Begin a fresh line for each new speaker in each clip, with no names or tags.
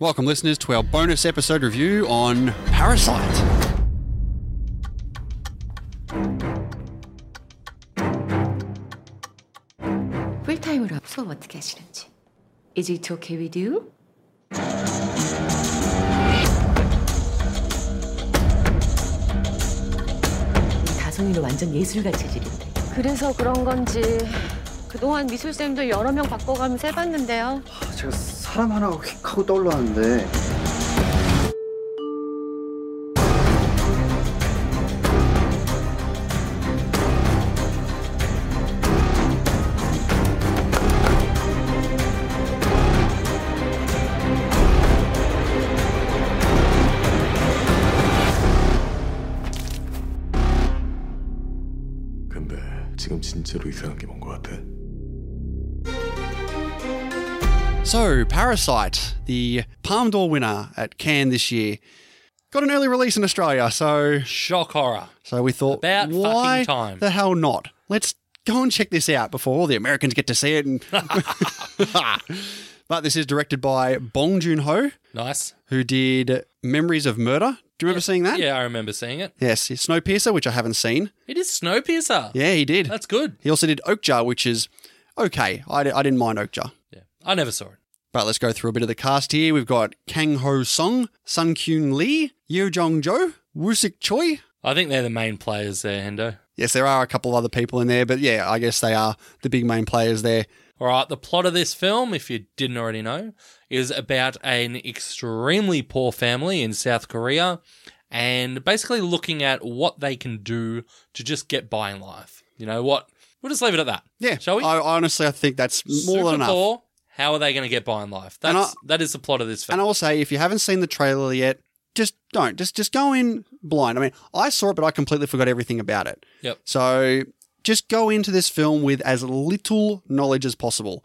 Welcome, listeners, to our bonus episode review on Parasite.
풀타임으로 수업 어떻게 하시는지. Is it okay with you? 다솜이는 완전 예술가 체질인데.
그래서 그런 건지 그동안 미술쌤도 여러 명 바꿔가면서 해봤는데요.
제가 사람 하나가 휙 하고 떠올랐는데
근데 지금 진짜로 이상한 게 뭔 것 같아?
So, Parasite, the Palme d'Or winner at Cannes this year, got an early release in Australia. So,
Shock horror.
so we thought,
About fucking
why
time."
the hell not? Let's go and check this out before all the Americans get to see it. And but this is directed by Bong Joon Ho,
Nice.
who did Memories of Murder. Do you remember seeing that?
Yeah, I remember seeing it.
Yes, Snowpiercer, which I haven't seen.
It is Snowpiercer.
Yeah, he did.
That's good.
He also did Oakjar, which is okay. I, I didn't mind Oakjar.
Yeah. I never saw it.
But let's go through a bit of the cast here. We've got Kang Ho Song, Sun Kyun Lee, Yoo Jong Jo, Woosik Choi.
I think they're the main players there, Hendo.
Yes, there are a couple other people in there, but yeah, I guess they are the big main players there.
All right, the plot of this film, if you didn't already know, is about an extremely poor family in South Korea and basically looking at what they can do to just get by in life. You know what? We'll just leave it at that.
Yeah,
Shall we?
I, honestly, I think that's more
Super
than enough.
poor. How are they going to get by in life?
And I-
That's, that is the plot of this
And
film.
I'll say, if you haven't seen the trailer yet, just don't. Just just go in blind. I mean, I saw it, but I completely forgot everything about it.
Yep.
So just go into this film with as little knowledge as possible.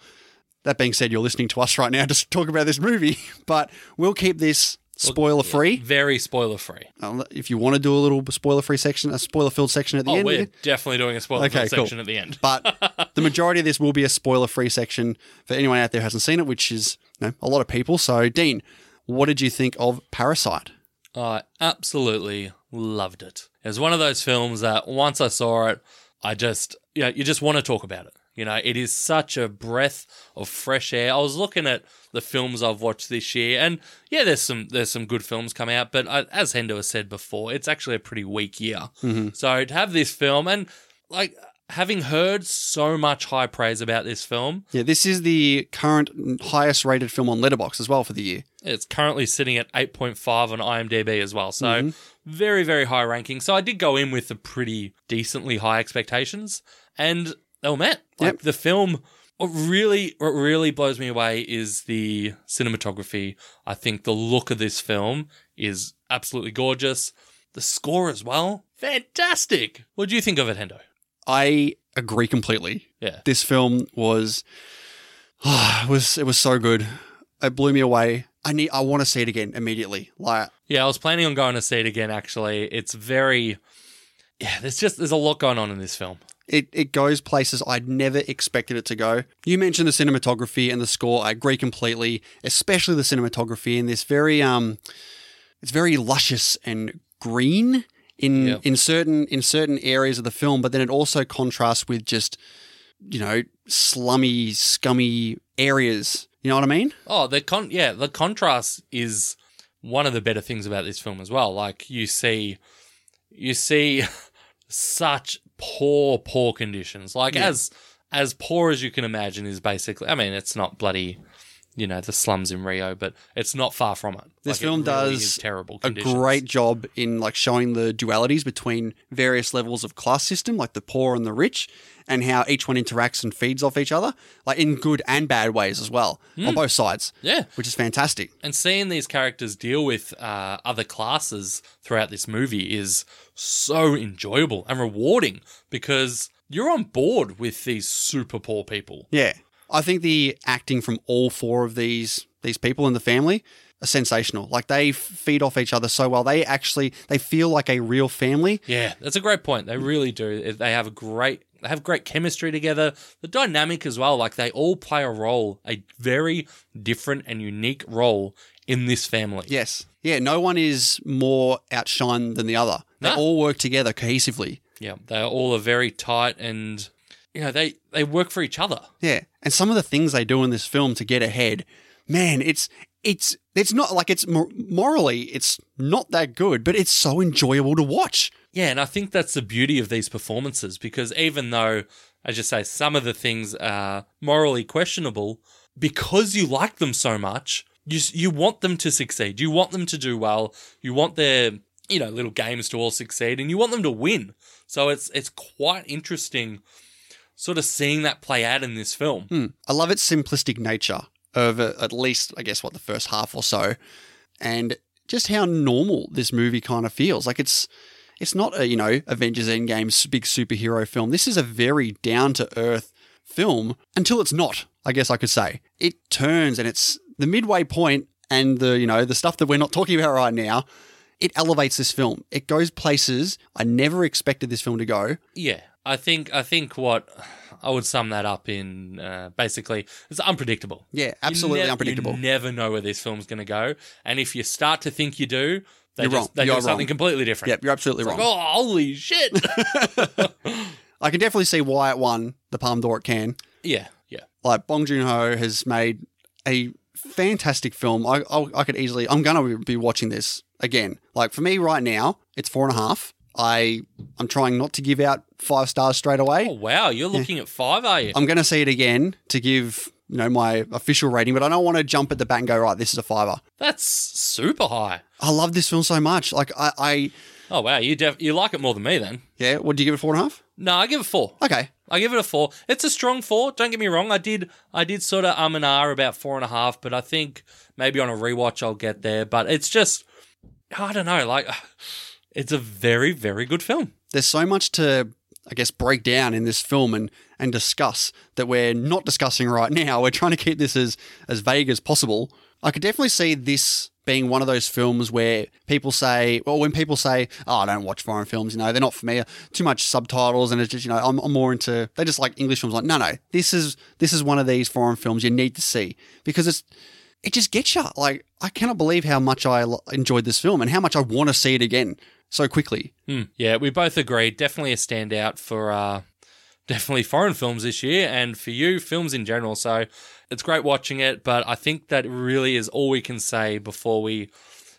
That being said, you're listening to us right now to talk about this movie, but we'll keep this spoiler free.
Very spoiler free.
If you want to do a little spoiler free section, a spoiler filled section at the
Oh,
end.
we're definitely doing a spoiler
Okay, cool.
section at the end.
But the majority of this will be a spoiler free section for anyone out there who hasn't seen it, which is you know, a lot of people. So, Dean, what did you think of Parasite?
I absolutely loved it. It was one of those films that once I saw it, I just you know, you just want to talk about it. You know, it is such a breath of fresh air. I was looking at the films I've watched this year, and yeah, there's some there's some good films coming out, but I, as Hendo has said before, it's actually a pretty weak year. So to have this film and like having heard so much high praise about this film,
Yeah, this is the current highest rated film on Letterbox as well for the year.
It's currently sitting at 8.5 on IMDb as well. So very, very high ranking. So I did go in with a pretty decently high expectations and they were met. Like
Yep.
the film, what really, what really blows me away is the cinematography. I think the look of this film is absolutely gorgeous. The score as well, fantastic. What do you think of it, Hendo?
I agree completely.
Yeah.
This film was was it was so good. It blew me away. I need I want to see it again immediately. Like
Yeah, I was planning on going to see it again, actually. It's very, yeah, there's just, there's a lot going on in this film.
it, it goes places I'd never expected it to go. You mentioned the cinematography and the score. I agree completely, especially the cinematography in this very um, it's very luscious and green in
Yep.
in certain in certain areas of the film, but then it also contrasts with just you know slummy, scummy areas. You know what I mean?
Oh, the con yeah, the contrast is one of the better things about this film as well. Like you see you see such poor, poor conditions. Like as as poor as you can imagine is basically I mean, it's not bloody you know, the slums in Rio, but it's not far from it.
This
Like, it
film
really
does
is terrible
a
conditions.
great job in like showing the dualities between various levels of class system, like the poor and the rich, and how each one interacts and feeds off each other, like in good and bad ways as well, on both sides.
Hmm. Yeah.
which is fantastic.
and seeing these characters deal with uh, other classes throughout this movie is so enjoyable and rewarding because you're on board with these super poor people.
Yeah, I think the acting from all four of these these people in the family are sensational. Like they f- feed off each other so well. They actually they feel like a real family.
Yeah, that's a great point. They really do. They have a great they have great chemistry together. The dynamic as well, like they all play a role, a very different and unique role in this family.
Yes. Yeah, no one is more outshined than the other. They
No.
all work together cohesively.
Yeah, they all are very tight and you know, they they work for each other.
Yeah. And some of the things they do in this film to get ahead, man, it's it's it's not like it's mor- morally it's not that good, but it's so enjoyable to watch.
Yeah, and I think that's the beauty of these performances because even though I just say some of the things are morally questionable, because you like them so much, you s- you want them to succeed. You want them to do well. You want their you know little games to all succeed, and you want them to win. So it's it's quite interesting, sort of seeing that play out in this film.
Hmm. I love its simplistic nature over at least, I guess, what the first half or so, and just how normal this movie kind of feels. Like it's it's not a you know Avengers Endgame s- big superhero film. This is a very down to earth film until it's not. I guess I could say it turns and it's the midway point and the you know the stuff that we're not talking about right now. It elevates this film. It goes places I never expected this film to go.
Yeah, I think I think what I would sum that up in uh, basically it's unpredictable.
Yeah,
You
absolutely
nev-
unpredictable.
You never know where this film's going to go, and if you start to think you do, they
You're
just
wrong.
they
You're
do something
wrong.
completely different.
Yep, you're absolutely wrong.
Like, oh, holy shit!
I can definitely see why it won the Palm d'Or at Cannes.
yeah, yeah,
Like Bong Joon Ho has made a fantastic film. I, I I could easily. I'm gonna be watching this again. Like for me right now, it's four and a half. I I'm trying not to give out five stars straight away.
Oh wow, you're looking at five, are you?
I'm gonna see it again to give you know my official rating, but I don't want to jump at the bat and go right. This is a fiver.
That's super high.
I love this film so much. Like I, I
Oh wow, you def- you like it more than me then?
yeah. What do you give it four and a half?
No, I give it four.
Okay.
I give it a four. It's a strong four. Don't get me wrong. I did I did sort of um and ah about four and a half, but I think maybe on a rewatch I'll get there. But it's just I don't know. Like it's a very very good film.
there's so much to I guess break down in this film and and discuss that we're not discussing right now. We're trying to keep this as as vague as possible. I could definitely see this being one of those films where people say, well, when people say, "Oh, I don't watch foreign films," you know, they're not for me. Too much subtitles, and it's just you know, I'm, I'm more into. They just like English films. Like, no, no, this is this is one of these foreign films you need to see because it's it just gets you. Like, I cannot believe how much I lo- enjoyed this film and how much I want to see it again so quickly.
Hmm. Yeah, we both agree. Definitely a standout for uh, definitely foreign films this year, and for you, films in general. So it's great watching it, but I think that really is all we can say before we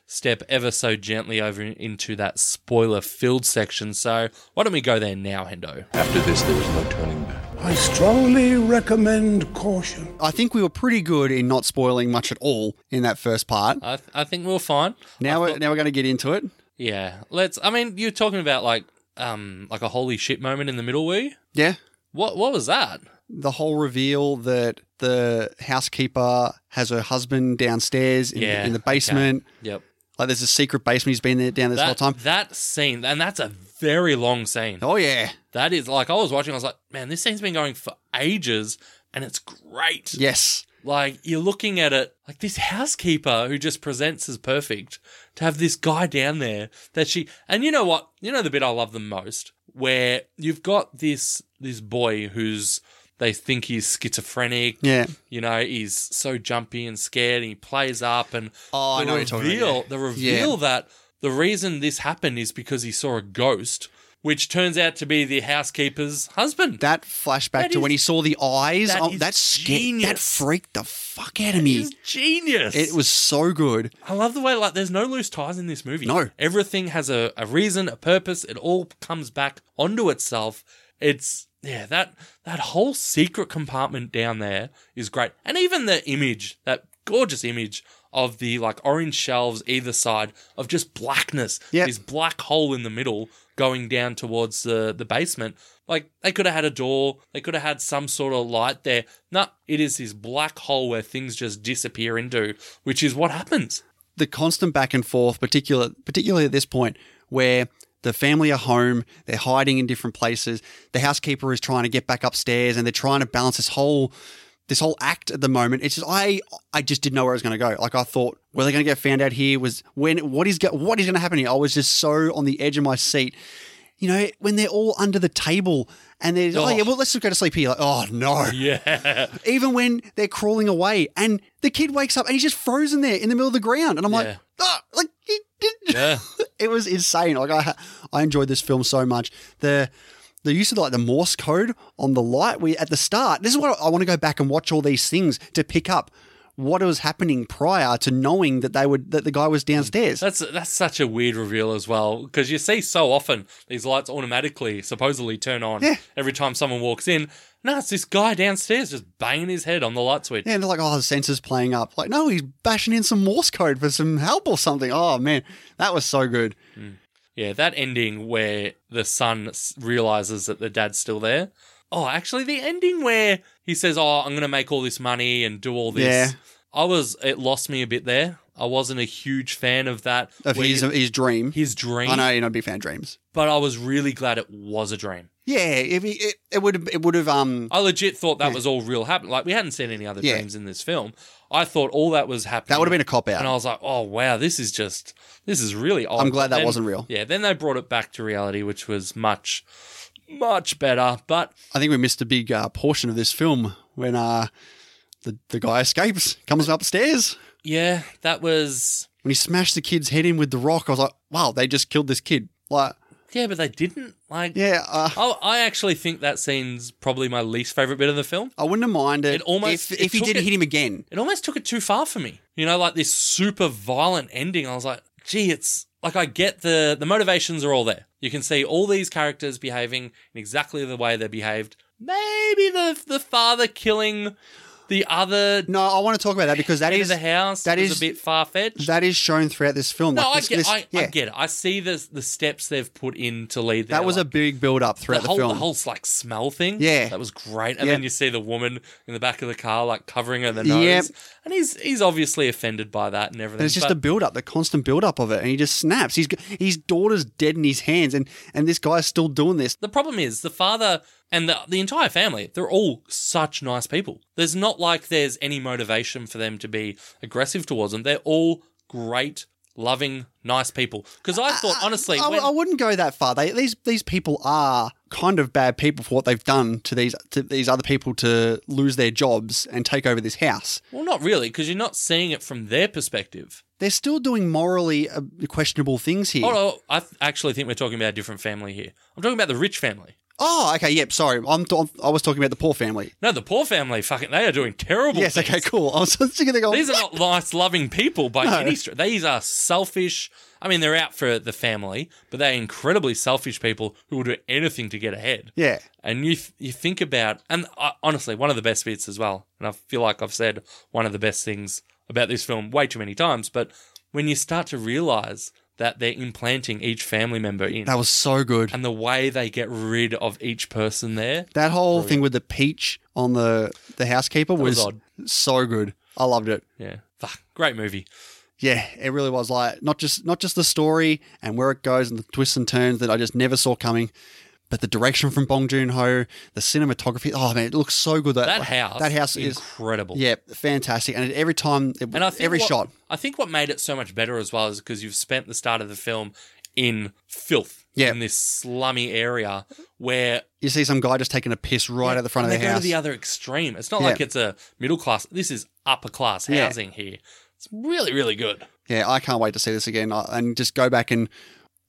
step ever so gently over in- into that spoiler filled section. So why don't we go there now, Hendo?
After this, there is no turning back.
I strongly recommend caution.
I think we were pretty good in not spoiling much at all in that first part.
I, th- Uh, I think we're fine.
Now we're now we're going to get into it.
Yeah, let's. I mean, you're talking about like um like a holy shit moment in the middle, were you?
Yeah,
What what was that?
the whole reveal that the housekeeper has her husband downstairs in,
Yeah,
in the
okay.
basement.
Yep.
Like there's a secret basement. He's been there down this
that,
whole time.
That scene, and that's a very long scene.
Oh yeah,
That is like I was watching, I was like, man, this scene's been going for ages, and it's great.
yes,
Like you're looking at it, like this housekeeper who just presents as perfect to have this guy down there that she, and you know what, you know the bit I love the most, where you've got this this boy who's they think he's schizophrenic.
yeah.
You know, he's so jumpy and scared and he plays up and
Oh, I know what you're talking about,
reveal,
yeah.
the reveal that the reason this happened is because he saw a ghost, which turns out to be the housekeeper's husband.
That flashback
That
to when
is-
he saw the eyes.
that
oh,
is
that's sca- That
genius.
freaked the fuck out of
is
me.
genius.
It was so good.
I love the way like there's no loose ties in this movie.
No.
Everything has a, a reason, a purpose, it all comes back onto itself. It's yeah, that that whole secret compartment down there is great. And even the image, that gorgeous image of the like orange shelves either side of just blackness.
Yep.
This black hole in the middle going down towards the, the basement. Like they could have had a door, they could have had some sort of light there. No, it is this black hole where things just disappear into, which is what happens.
the constant back and forth, particular, particularly at this point, where the family are home, they're hiding in different places. The housekeeper is trying to get back upstairs, and they're trying to balance this whole this whole act at the moment. It's just I I just didn't know where it was going to go. Like I thought, were they going to get found out here? Was when what is go- what is going to happen here? I was just so on the edge of my seat. You know, when they're all under the table and they're, oh,
Oh.
yeah, well, let's just go to sleep here. Like, oh, no.
Yeah.
Even when they're crawling away and the kid wakes up and he's just frozen there in the middle of the ground. And I'm like,
Yeah.
ah, like, he did.
Yeah.
it was insane. Like, I, I enjoyed this film so much. The, the use of like the Morse code on the light we at the start. This is what I, want to go back and watch all these things to pick up what was happening prior to knowing that they would that the guy was downstairs.
That's that's such a weird reveal as well because you see so often these lights automatically supposedly turn on
Yeah.
every time someone walks in. No, it's this guy downstairs just banging his head on the light switch.
Yeah, and they're like, oh, the sensor's playing up. Like, no, he's bashing in some Morse code for some help or something. Oh, man, that was so good.
Yeah, that ending where the son s- realizes that the dad's still there. Oh, actually, the ending where he says, "Oh, I'm going to make all this money and do all this."
Yeah.
I was it lost me a bit there. I wasn't a huge fan of that.
Of
where
his,
you-
his dream.
his dream,
I know you're not a big fan of dreams.
but I was really glad it was a dream.
Yeah, if he, it, it would have, it would have, um,
I legit thought that was all real happening. Like we hadn't seen any other
Yeah.
dreams in this film. I thought all that was happening.
that would have been a cop
And I
out.
was like, oh wow, this is just this is really odd.
I'm glad that
Then-
wasn't real.
Yeah, then they brought it back to reality, which was much, much better. But
I think we missed a big uh, portion of this film when uh, the the guy escapes, comes upstairs.
yeah, that was
When he smashed the kid's head in with the rock, I was like, wow, they just killed this kid. Like,
yeah, but they didn't like.
yeah, uh,
Oh, I actually think that scene's probably my least favorite bit of the film.
I wouldn't have minded
It almost-
if,
it
if he
took
didn't
it-
hit him again.
It almost took it too far for me. You know, like this super violent ending. I was like, gee, it's like I get the the motivations are all there. You can see all these characters behaving in exactly the way they behaved. Maybe the the father killing the other
No, I want to talk about that because that
head
is
of the house
that
that is
is-
a bit far fetched.
that is shown throughout this film.
No,
Like,
I
this-
get,
this-
I, I
yeah.
get it. I see the the steps they've put in to lead.
That
there,
was a
like,
big build up
the
throughout the,
whole,
film.
the whole like smell thing.
Yeah.
that was great. And
Yeah.
then you see the woman in the back of the car like covering her the nose,
Yep.
and he's he's obviously offended by that and everything.
and it's just the
but-
build up, the constant build up of it, and he just snaps. He's his daughter's dead in his hands, and and this guy's still doing this.
The problem is the father and the, the entire family, they're all such nice people. There's not like there's any motivation for them to be aggressive towards them. They're all great, loving, nice people. Because I thought, honestly,
I,
when-
I wouldn't go that far. They, these these people are kind of bad people for what they've done to these to these other people to lose their jobs and take over this house.
well, not really, because you're not seeing it from their perspective.
They're still doing morally uh, questionable things here.
Oh, no, I th- actually think we're talking about a different family here. I'm talking about the rich family.
Oh, okay, yep. Sorry, I'm th- I was talking about the poor family.
No, the poor family, fucking, they are doing terrible
Yes,
things.
okay, cool. I was thinking they go.
These are not nice, loving people by any stretch. These are selfish. I mean, they're out for the family, but they're incredibly selfish people who will do anything to get ahead.
yeah.
And you th- you think about, and uh, honestly, one of the best bits as well. And I feel like I've said one of the best things about this film way too many times. But when you start to realize that they're implanting each family member in,
That was so good.
and the way they get rid of each person there,
That whole thing with the peach on the the housekeeper
was
was, so good. I loved it.
yeah, fuck, great movie.
Yeah, it really was like not just not just the story and where it goes and the twists and turns that I just never saw coming, but the direction from Bong Joon Ho, the cinematography. Oh man, it looks so good. That,
That house,
that house is
incredible.
yeah, fantastic. And every time, it,
And I think
every
what-
shot.
I think what made it so much better as well is because you've spent the start of the film in filth.
Yeah.
In this slummy area where
You see some guy just taking a piss right at the front of
and
the
they go
house.
to the other extreme. It's not
Yeah.
like it's a middle class. This is upper class
Yeah.
housing here. It's really, really good.
yeah, I can't wait to see this again I- and just go back and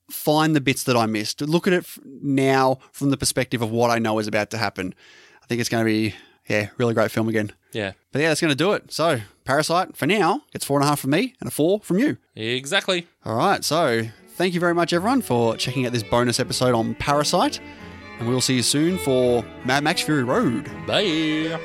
find the bits that I missed. Look at it f- now from the perspective of what I know is about to happen. I think it's going to be, yeah, really great film again.
Yeah.
But yeah, that's going to do it. So, Parasite, for now, it's four and a half from me and a four from you.
Exactly.
All right. So, thank you very much, everyone, for checking out this bonus episode on Parasite. And we will see you soon for Mad Max Fury Road.
Bye.